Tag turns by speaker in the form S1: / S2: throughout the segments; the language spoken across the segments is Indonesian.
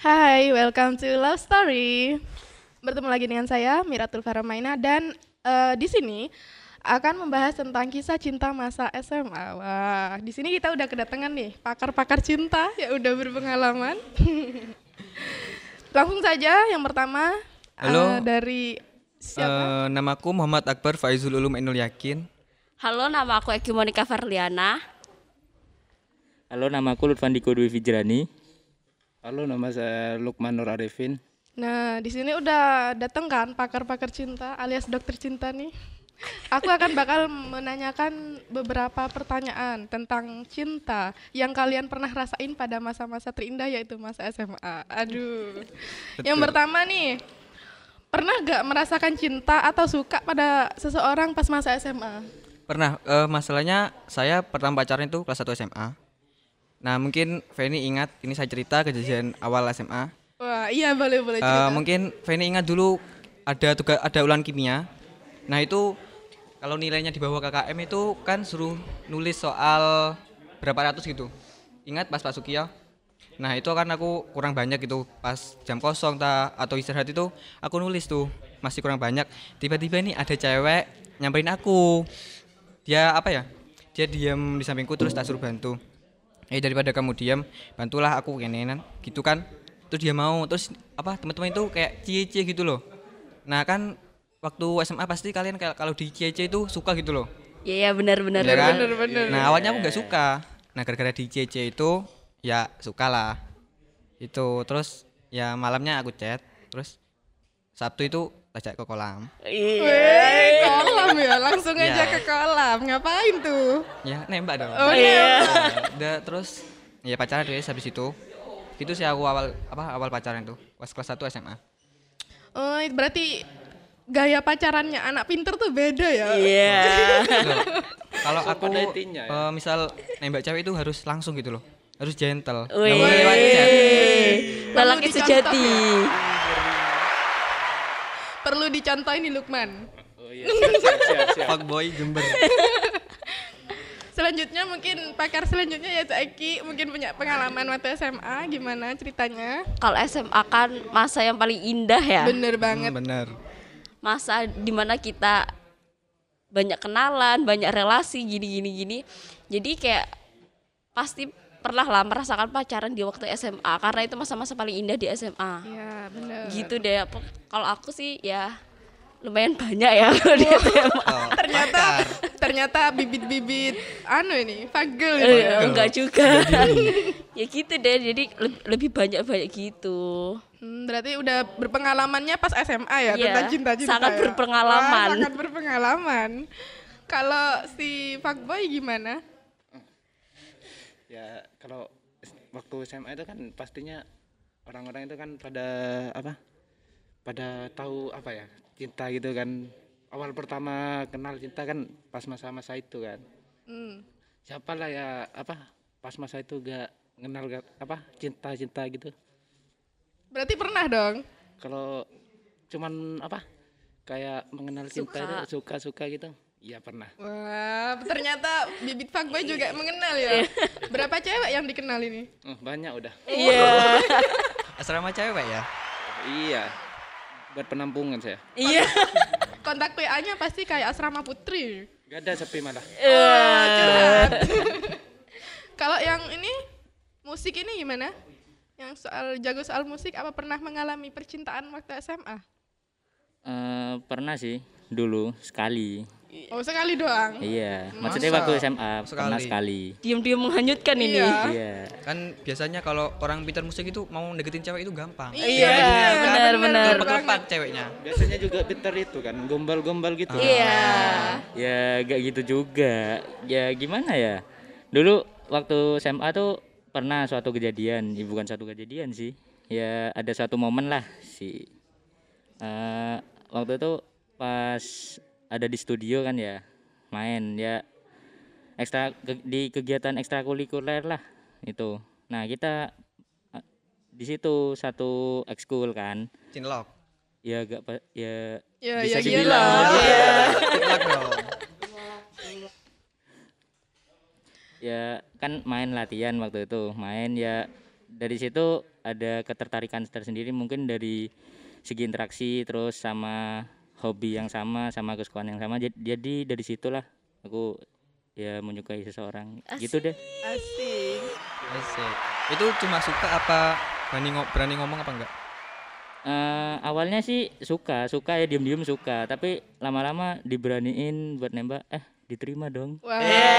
S1: Hai, welcome to Love Story. Bertemu lagi dengan saya Miratul Faramaina dan eh, di sini akan membahas tentang kisah cinta masa SMA. Wah, di sini kita udah kedatangan nih pakar-pakar cinta yang udah berpengalaman. Langsung saja yang pertama eh,
S2: Halo.
S1: dari siapa?
S2: Eh, namaku Muhammad Akbar Faizul Ulum Ainul Yakin.
S3: Halo, nama aku Eki Monika Farliana.
S4: Halo, nama aku Lutfan Diko Dwi Fijrani. Halo, nama saya Lukman Nur Arifin.
S1: Nah, di sini udah datang kan pakar-pakar cinta alias dokter cinta nih. Aku akan bakal menanyakan beberapa pertanyaan tentang cinta yang kalian pernah rasain pada masa-masa terindah yaitu masa SMA. Aduh. Yang pertama nih, pernah gak merasakan cinta atau suka pada seseorang pas masa SMA?
S2: Pernah eh, masalahnya saya pertama pacaran itu kelas 1 SMA. Nah, mungkin Feni ingat ini saya cerita kejadian awal SMA.
S1: Wah, iya boleh boleh
S2: Eh,
S1: cerita.
S2: mungkin Feni ingat dulu ada tugas ada ulan kimia. Nah, itu kalau nilainya di bawah KKM itu kan suruh nulis soal berapa ratus gitu. Ingat pas Pak Sukiyo? Nah, itu kan aku kurang banyak gitu pas jam kosong ta atau istirahat itu aku nulis tuh masih kurang banyak. Tiba-tiba nih ada cewek nyamperin aku. Dia apa ya? Dia diam di sampingku terus tak suruh bantu. Eh daripada kamu diam, bantulah aku kenenan gitu kan. Terus dia mau, terus apa teman-teman itu kayak cie-cie gitu loh. Nah, kan waktu SMA pasti kalian kayak kalau di cie-cie itu suka gitu loh.
S3: Iya, iya benar-benar.
S2: Iya kan?
S1: bener, bener.
S2: Nah awalnya aku nggak suka. Nah gara-gara di CC itu ya suka lah. Itu terus ya malamnya aku chat. Terus Sabtu itu tajak ke kolam.
S1: Weh, kolam ya, langsung aja
S2: Iya.
S1: ke kolam. Ngapain tuh?
S2: Ya nembak dong.
S1: Oh, iya.
S2: Udah, terus ya pacaran dulu habis itu. Itu sih aku awal apa awal pacaran tuh. Pas kelas 1 SMA.
S1: Oh, berarti gaya pacarannya anak pinter tuh beda ya?
S3: Iya.
S2: Loh, Kalau aku
S4: datingnya ya?
S2: eh, misal nembak cewek itu harus langsung gitu loh. Harus gentle. Nggak
S3: Wih.
S2: boleh lewat chat.
S3: Lelaki
S1: Perlu
S3: sejati.
S1: Perlu dicontohin nih Lukman.
S4: Oh iya, siap, siap, siap.
S2: Fuckboy Jember.
S1: Selanjutnya mungkin pakar selanjutnya yaitu Eki mungkin punya pengalaman waktu SMA gimana ceritanya?
S3: Kalau SMA kan masa yang paling indah ya.
S1: Bener banget.
S2: Bener.
S3: Masa dimana kita banyak kenalan, banyak relasi, gini-gini gini. Jadi kayak pasti pernah lah merasakan pacaran di waktu SMA karena itu masa-masa paling indah di SMA.
S1: Iya bener.
S3: Gitu deh. Pe- Kalau aku sih ya lumayan banyak ya kalau di SMA.
S2: Oh,
S1: Ternyata
S2: pakar.
S1: ternyata bibit-bibit anu ini fagel
S3: Eh,
S1: ini.
S3: enggak juga. ya gitu deh, jadi leb- lebih banyak-banyak gitu.
S1: Hmm, berarti udah berpengalamannya pas SMA ya
S3: Iya,
S1: tentang cinta-cinta.
S3: sangat
S1: ya?
S3: berpengalaman.
S1: Wah, sangat berpengalaman. Kalau si fuckboy gimana?
S4: Ya, kalau s- waktu SMA itu kan pastinya orang-orang itu kan pada apa? Pada tahu apa ya? Cinta gitu kan. Awal pertama kenal cinta kan pas masa-masa itu kan.
S1: Hmm.
S4: Siapa lah ya apa? Pas masa itu gak kenal gak- apa? Cinta-cinta gitu.
S1: Berarti pernah dong.
S4: Kalau cuman apa? Kayak mengenal cinta itu suka-suka gitu. Iya, pernah.
S1: Wah, ternyata bibit fuckboy
S5: Iya.
S1: juga mengenal ya. Berapa cewek yang dikenal ini?
S4: Eh, banyak udah.
S3: Iya.
S2: Asrama cewek ya?
S4: Iya. Buat penampungan saya.
S3: Iya.
S1: Kontak PA-nya pasti kayak asrama putri.
S5: Eh.
S4: Gak ada sepi malah.
S1: Wah, curhat. Kalau yang ini musik ini gimana? Yang soal jago soal musik apa pernah mengalami percintaan waktu SMA?
S5: Eh, pernah sih dulu sekali.
S1: Oh, sekali doang.
S5: Iya,
S2: Masa?
S5: maksudnya waktu SMA pernah
S2: Sekali.
S5: sekali.
S3: Diam-diam menghanyutkan ini.
S1: Iya.
S5: Iya.
S2: kan biasanya kalau orang pintar musik itu mau deketin cewek itu gampang
S3: Iya, benar benar.
S2: keempat ceweknya
S4: Biasanya juga pinter itu kan, gombal-gombal gitu.
S3: Iya.
S5: Ya gak gitu juga. Ya gimana ya? Dulu waktu SMA tuh pernah suatu kejadian, ya, bukan suatu kejadian sih. Ya ada suatu momen lah si. Eh, waktu itu pas ada di studio kan ya, main ya ekstra ke- di kegiatan ekstrakurikuler lah itu. Nah kita eh, di situ satu ekskul kan.
S2: cinlok
S5: ya gak pa- ya
S1: Ya, ya
S5: Bisa
S1: gila.
S5: dibilang.
S2: cinlok dong
S5: ya kan main latihan waktu itu main ya dari situ ada ketertarikan tersendiri mungkin dari segi interaksi terus sama hobi yang sama sama kesukaan yang sama Jad- jadi dari situlah aku ya menyukai seseorang gitu deh
S1: Asik.
S2: Asik. Itu cuma suka apa berani, ngo- berani ngomong apa enggak?
S5: Eh, awalnya sih suka suka ya diem-diem suka tapi lama-lama diberaniin buat nembak eh diterima dong
S1: Wah,
S5: Iya,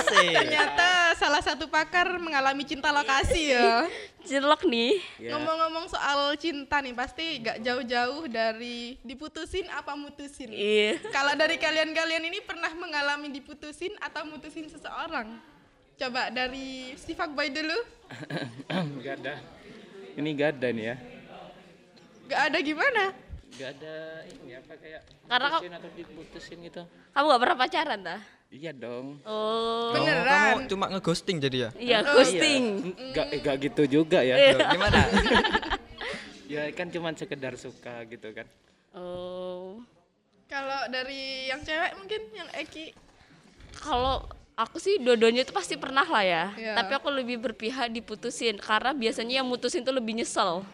S2: Asik.
S1: ternyata salah satu pakar mengalami cinta lokasi ya.
S3: Cilok nih.
S1: Ngomong-ngomong soal cinta nih, pasti gak jauh-jauh dari diputusin apa mutusin.
S3: Iya.
S1: Kalau dari kalian-kalian ini pernah mengalami diputusin atau mutusin seseorang? Coba dari si fuckboy dulu.
S5: Ya.
S4: Gak ada. Ini gak ada nih ya.
S1: Gak ada gimana?
S4: Gak ada ini apa kayak
S3: Karena kau-
S4: putusin atau diputusin gitu.
S3: Kamu gak pernah pacaran dah?
S4: Iya dong.
S3: Oh.
S1: Beneran.
S2: Kamu cuma ngeghosting jadi ya?
S3: Iya, ghosting.
S4: Gak, eh, gak gitu juga
S3: iya.
S4: ya.
S2: Loh, Gimana?
S4: Ya kan cuman sekedar suka gitu kan.
S3: Oh.
S1: Kalau dari yang cewek mungkin yang Eki.
S3: Kalau aku sih dua-duanya itu pasti pernah lah ya.
S1: Iya.
S3: Tapi aku lebih berpihak diputusin karena biasanya yang mutusin tuh lebih nyesel.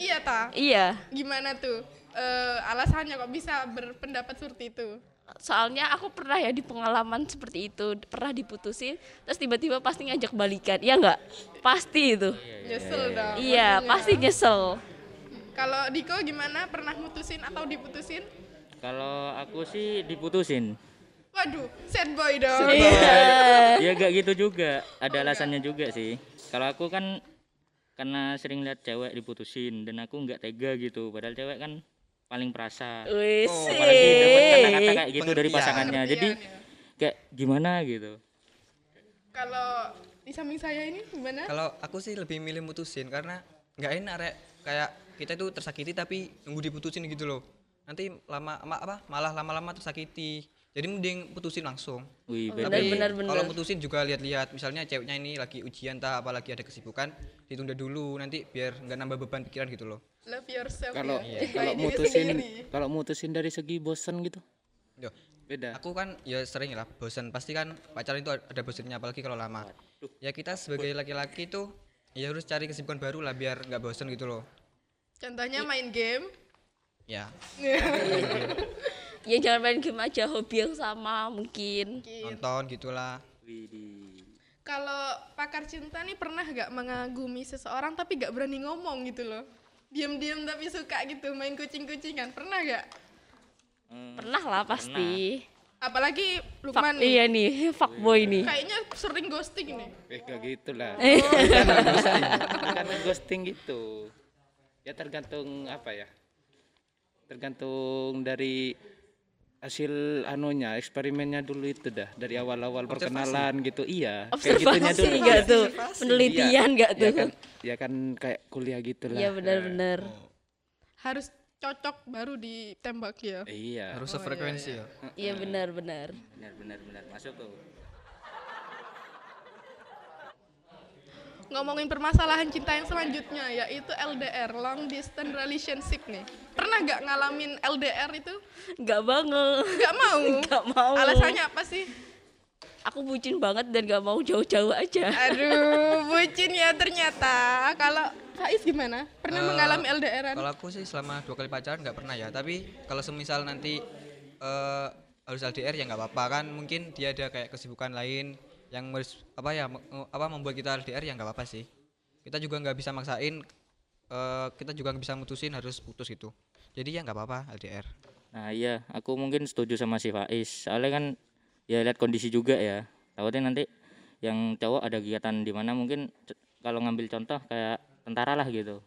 S1: Iya ta?
S3: Iya.
S1: Gimana tuh? Eh, alasannya kok bisa berpendapat seperti itu?
S3: Soalnya aku pernah ya di pengalaman seperti itu, pernah diputusin, terus tiba-tiba pasti ngajak balikan. Iya enggak? Pasti itu.
S1: Nyesel dong.
S3: Iya,
S1: maksudnya.
S3: pasti nyesel.
S1: Kalau Diko gimana? Pernah mutusin atau diputusin?
S5: kalau aku sih diputusin
S1: Waduh, sad boy dong.
S5: Iya. ya gak gitu juga ada alasannya juga sih kalau aku kan karena sering lihat cewek diputusin dan aku nggak tega gitu padahal cewek kan paling perasa
S3: Wis.
S5: Oh, apalagi dapat kata-kata kayak gitu dari
S2: Pengertian.
S5: pasangannya jadi
S1: Pengertian,
S5: kayak gimana gitu
S1: Kalau di samping saya ini gimana?
S2: Kalau aku sih lebih milih mutusin karena nggak enak rek kayak kita itu tersakiti tapi nunggu diputusin gitu loh. Nanti lama ma- apa malah lama-lama tersakiti. Jadi mending putusin langsung.
S5: wih
S3: Benar,
S2: Tapi
S3: benar, benar.
S2: kalau putusin juga lihat-lihat misalnya ceweknya ini lagi ujian tak apalagi ada kesibukan ditunda dulu nanti biar nggak nambah beban pikiran gitu loh.
S1: Love yourself.
S4: Kalau iya,
S1: ya. Cintai
S4: kalau
S1: diri
S4: mutusin
S1: sendiri.
S4: kalau mutusin dari segi bosen gitu.
S2: Yo.
S4: Beda.
S2: Aku kan ya sering lah bosan. Pasti kan pacaran itu ada bosannya apalagi kalau lama. Ya kita sebagai laki-laki tuh ya harus cari kesibukan baru lah biar nggak bosan gitu loh.
S1: Contohnya main game.
S2: Ya.
S3: Ya jangan main game aja, hobi yang sama mungkin.
S2: Nonton gitu gitulah.
S5: Oh,
S1: Kalau pakar cinta nih pernah gak mengagumi seseorang tapi gak berani ngomong gitu loh? Diam-diam tapi suka gitu main kucing-kucingan. Pernah gak?
S3: Pernah lah pasti.
S1: Apalagi
S3: Fuck,
S1: Lukman nih.
S3: iya nih, fuckboy nih.
S1: Kayaknya sering ghosting nih.
S4: Eh gak gitu lah.
S3: Eh.
S4: Bukan ghosting. Bukan ghosting gitu. Ya tergantung apa ya? Tergantung dari hasil anunya eksperimennya dulu itu dah dari awal-awal perkenalan gitu iya kayak gitunya
S3: Observasi enggak tuh? Penelitian enggak
S4: ya
S5: Iya
S3: tuh?
S4: kan ya kan kayak kuliah gitu lah
S3: Iya benar-benar.
S1: Harus cocok baru ditembak ya.
S4: Eh, iya
S2: Harus sefrekuensi ya.
S3: Iya benar-benar.
S5: benar benar benar masuk tuh
S1: Ngomongin permasalahan cinta yang selanjutnya yaitu LDR, long distance relationship nih. Pernah gak ngalamin LDR itu?
S3: Enggak banget.
S1: Gak mau.
S3: Gak mau.
S1: Alasannya apa sih?
S3: Aku bucin banget dan gak mau jauh-jauh aja.
S1: Aduh, bucin ya ternyata. Kalau Faiz gimana? Pernah mengalami LDR-an?
S2: Kalau aku sih selama dua kali pacaran nggak pernah ya. Tapi kalau semisal nanti eh, harus LDR ya nggak apa-apa kan. Mungkin dia ada kayak kesibukan lain yang harus apa ya me- apa membuat kita LDR ya nggak apa-apa sih. Kita juga nggak bisa maksain. eh, kita juga nggak bisa mutusin harus putus gitu. Jadi ya nggak apa-apa LDR.
S5: nah iya aku mungkin setuju sama si Faiz soalnya kan ya lihat kondisi juga ya takutnya nanti yang cowok ada kegiatan di mana mungkin c- kalau ngambil contoh kayak tentara lah gitu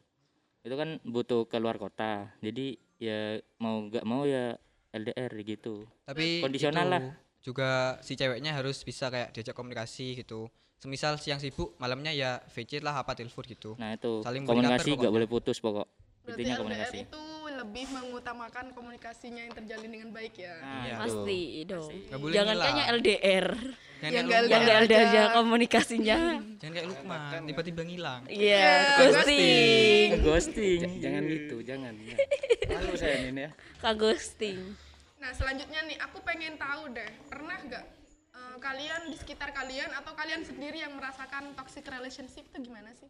S5: itu kan butuh keluar kota jadi ya mau nggak mau ya LDR gitu
S2: Tapi
S5: Kondisional
S2: itu
S5: lah.
S2: Juga si ceweknya harus bisa kayak diajak komunikasi gitu. Semisal siang sibuk, malamnya ya VC lah apa telepon gitu.
S5: nah itu
S2: Saling beri
S5: komunikasi
S2: kabar
S5: nggak boleh putus pokok
S1: Berarti
S5: intinya
S1: LDR
S5: komunikasi
S1: itu lebih mengutamakan komunikasinya yang terjalin dengan baik ya.
S5: Nah.
S2: Iya.
S3: Pasti dong.
S2: Nggak boleh
S3: Jangan
S2: ngilang.
S3: kayaknya LDR.
S2: Jangan
S1: Yang
S2: kayak
S1: nggak
S3: Yang
S2: Lukman.
S1: LDR
S3: LDR aja
S1: aja.
S3: komunikasinya.
S2: Jangan kayak Lukman, tiba-tiba ngilang.
S3: Iya,
S1: ghosting.
S3: ghosting.
S5: ghosting
S4: jangan gitu jangan ya. malu saya ini ya
S3: Kak ghosting.
S1: Nah, selanjutnya nih aku pengen tahu deh, pernah gak eh, kalian di sekitar kalian atau kalian sendiri yang merasakan toxic relationship itu gimana sih?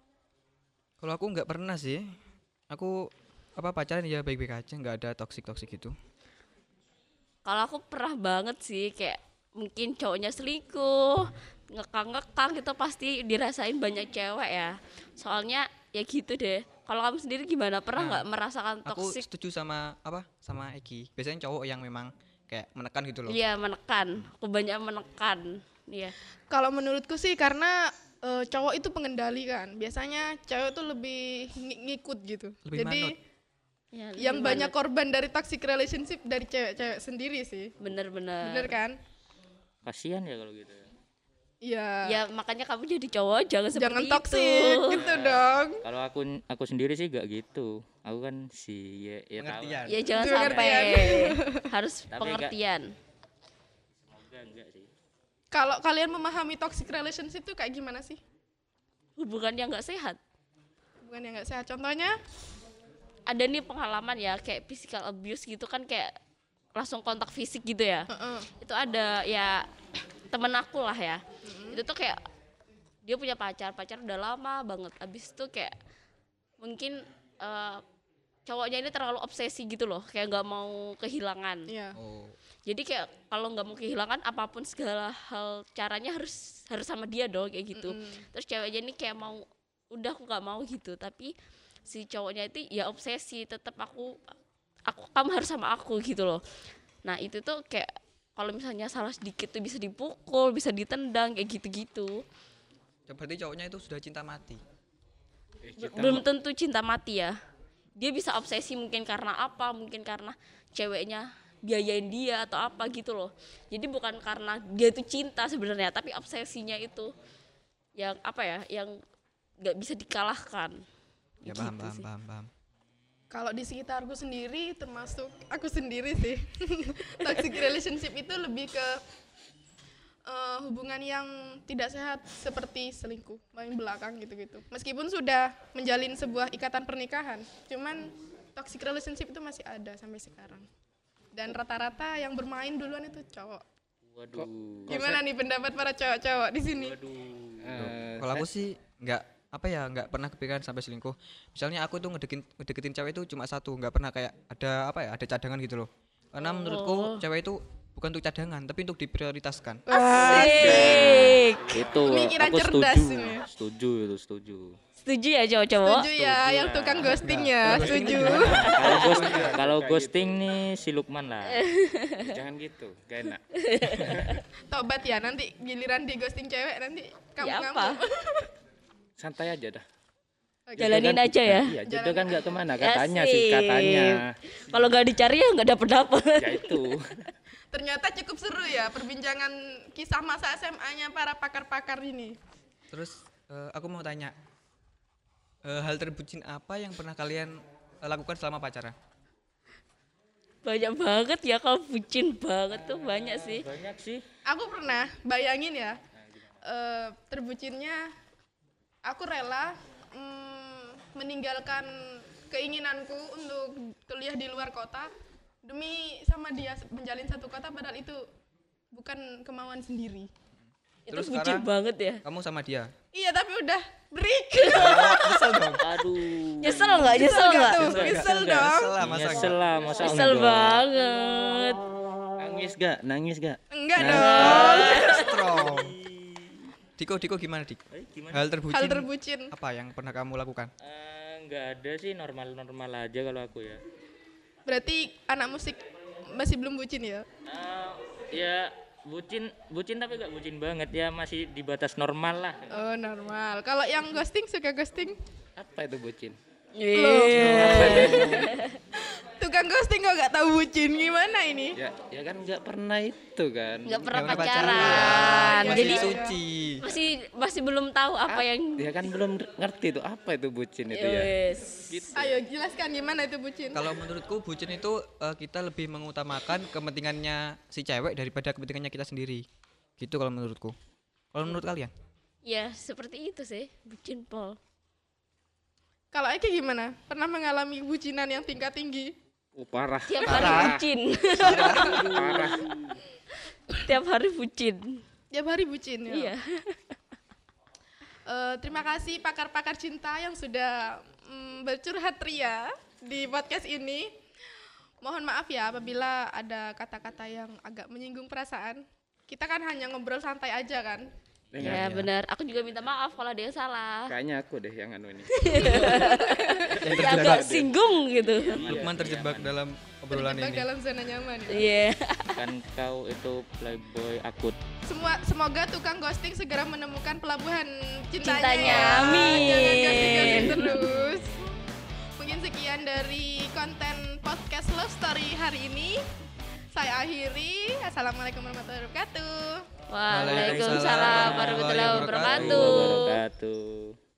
S2: Kalau aku nggak pernah sih. Aku apa pacaran ya baik-baik aja, nggak ada toksik-toksik gitu.
S3: Kalau aku pernah banget sih kayak mungkin cowoknya selingkuh, ngekang-ngekang gitu pasti dirasain banyak cewek ya. Soalnya ya gitu deh. Kalau kamu sendiri gimana? Pernah nggak merasakan
S2: Nah, Aku
S3: toksik?
S2: setuju sama apa? Sama Eki. Biasanya cowok yang memang kayak menekan gitu loh.
S3: Iya, menekan. Kebanyakan menekan. Iya.
S1: Kalau menurutku sih karena eh, cowok itu pengendali kan. Biasanya cewek tuh lebih ngi- ngikut gitu.
S2: Lebih
S1: Jadi
S2: manut.
S3: Ya,
S1: yang
S3: gimana?
S1: banyak korban dari toxic relationship dari cewek-cewek sendiri sih. Bener
S3: bener-bener.
S1: kan?
S5: Kasihan ya kalau gitu.
S1: Iya.
S3: Ya makanya kamu jadi cowok jangan
S1: Jangan
S3: seperti
S1: toksik
S3: itu.
S1: gitu dong.
S5: Kalau aku aku sendiri sih gak gitu. Aku kan si ya, ya tahu.
S2: Pengertian.
S3: Ya jangan
S1: Pengertian.
S3: sampai harus
S5: Tapi enggak-
S3: pengertian.
S5: Enggak, enggak sih.
S1: Kalau kalian memahami toxic relationship tuh kayak gimana sih?
S3: Hubungan yang nggak sehat.
S1: Bukan yang nggak sehat. Contohnya?
S3: Ada nih pengalaman ya kayak physical abuse gitu kan kayak langsung kontak fisik gitu ya.
S1: Heeh.
S3: Itu ada ya temen aku lah ya. Itu tuh kayak dia punya pacar, pacar udah lama banget. Abis itu kayak mungkin eh, cowoknya ini terlalu obsesi gitu loh, kayak nggak mau kehilangan.
S1: Iya.
S2: Oh,
S3: jadi kayak kalau nggak mau kehilangan apapun segala hal caranya harus harus sama dia dong kayak gitu
S1: Hmm.
S3: terus ceweknya ini kayak mau udah aku nggak mau gitu tapi si cowoknya itu ya obsesi tetap aku aku kamu harus sama aku gitu loh nah itu tuh kayak kalau misalnya salah sedikit tuh bisa dipukul bisa ditendang kayak gitu-gitu
S2: Ya, berarti cowoknya itu sudah cinta mati.
S3: Iya, belum tentu cinta mati ya dia bisa obsesi mungkin karena apa mungkin karena ceweknya biayain dia atau apa gitu loh jadi bukan karena dia itu cinta sebenarnya tapi obsesinya itu yang apa ya yang nggak bisa dikalahkan
S2: Ya
S3: Gitu
S2: paham, paham,
S3: sih.
S2: paham, paham.
S1: Kalau di sekitarku sendiri termasuk aku sendiri sih. toxic relationship itu lebih ke eh, hubungan yang tidak sehat seperti selingkuh, main belakang gitu-gitu. Meskipun sudah menjalin sebuah ikatan pernikahan, cuman toxic relationship itu masih ada sampai sekarang. Dan rata-rata yang bermain duluan itu cowok.
S5: Waduh.
S1: Gimana nih pendapat para cowok-cowok di sini?
S4: Eh,
S2: Kalau aku sih nggak apa ya nggak pernah kepikiran sampai selingkuh. Misalnya aku tuh ngedekin ngedeketin cewek itu cuma satu, nggak pernah kayak ada apa ya ada cadangan gitu loh. Karena menurutku cewek itu bukan untuk cadangan tapi untuk diprioritaskan.
S3: Asik.
S5: Itu
S1: Pemikiran
S5: aku
S1: cerdas
S5: setuju.
S1: ini.
S5: Setuju itu setuju.
S3: setuju ya cowok-cowok
S1: Setuju ya, yang tukang ghosting ya, setuju.
S5: Kalau ghost- kalau ghosting nih si Lukman lah.
S4: Eh, jangan gitu, gak enak.
S1: Tobat ya, nanti giliran di ghosting cewek nanti kamu
S3: Ya apa?
S1: ngamuk.
S4: Santai aja dah.
S3: jalanin aja ya
S4: Iya, jodoh kan nggak kemana katanya
S3: Asik.
S4: sih katanya.
S3: kalau nggak dicari ya nggak dapet dapet
S4: Ya itu.
S1: Ternyata cukup seru ya perbincangan kisah masa SMA-nya para pakar-pakar ini.
S2: Terus eh, aku mau tanya eh, hal terbucin apa yang pernah kalian eh, lakukan selama pacaran?
S3: banyak banget ya kalau bucin banget tuh banyak sih
S5: Banyak sih.
S1: Aku pernah bayangin ya, eh, terbucinnya aku rela mm, meninggalkan keinginanku untuk kuliah di luar kota demi sama dia menjalin satu kota padahal itu bukan kemauan sendiri.
S3: itu
S2: Terus
S3: bucin
S2: sekarang-
S3: banget ya
S2: Kamu sama dia?
S1: Iya tapi udah break.
S3: Iya,
S2: Kesel dong.
S5: Aduh.
S3: nyesel nggak nyesel nggak
S1: Tuh, Kesel dong.
S2: Kesel lah masa
S5: Nyesel lah masa
S3: Kesel
S5: enggak?
S3: banget.
S4: Nangis gak? Nangis gak?
S1: Enggak dong.
S2: Iya, strong. Diko, Diko gimana Dik? Hal terbucin,
S1: Hal terbucin.
S2: apa yang pernah kamu lakukan?
S5: Eh, Nggak ada sih normal-normal aja kalau aku ya.
S1: Berarti anak musik masih belum bucin ya?
S5: Eh, ya bucin bucin tapi gak bucin banget ya masih di batas normal lah.
S1: Oh normal. Kalau yang ghosting suka ghosting?
S4: Apa itu bucin?
S1: Tukang ghosting kok nggak tahu bucin gimana ini?
S4: Ya, ya kan nggak pernah itu kan.
S3: Nggak pernah
S2: Nggak pernah
S3: pacaran.
S2: Masih
S3: Jadi
S2: suci.
S3: masih masih belum tahu apa yang
S4: Ya kan belum ngerti itu apa itu bucin
S3: Gitu
S4: itu ya.
S3: Iya, Yes.
S1: Ayo jelaskan gimana itu bucin.
S2: Kalau menurutku bucin itu eh, kita lebih mengutamakan kepentingannya si cewek daripada kepentingannya kita sendiri. Gitu kalau menurutku. Kalau menurut kalian?
S3: Ya, seperti itu sih, bucin Pol.
S1: Kalau Eki gimana? Pernah mengalami bucinan yang tingkat tinggi?
S4: Oh, parah.
S3: Tiap hari bucin.
S4: Parah.
S3: Tiap hari bucin.
S1: Iya. Tiap hari bucin ya?
S3: Iya.
S1: Eh, terima kasih pakar-pakar cinta yang sudah mm, bercurhat ria di podcast ini. Mohon maaf ya apabila ada kata-kata yang agak menyinggung perasaan. Kita kan hanya ngobrol santai aja kan.
S3: Ya, benar. Aku juga minta maaf kalau ada yang salah.
S4: Kayaknya aku deh yang anu ini.
S2: Yang
S3: Ya,
S2: terjebak,
S3: agak singgung gitu.
S5: Iya,
S2: Lukman terjebak dalam obrolan
S1: Terjebak
S2: ini.
S1: dalam zona nyaman. ya.
S3: Iya.
S5: kan kau itu playboy akut
S1: Semua semoga tukang ghosting segera menemukan pelabuhan cintanya.
S3: Cintanya,
S1: ya.
S3: amin.
S1: Jangan ghosting-ghosting terus. Mungkin sekian dari konten podcast Love Story hari ini. Saya akhiri. Assalamualaikum warahmatullahi wabarakatuh.
S3: Waalaikumsalam ya, warahmatullahi
S2: Warahmatullahi
S3: wabarakatuh.
S5: wabarakatuh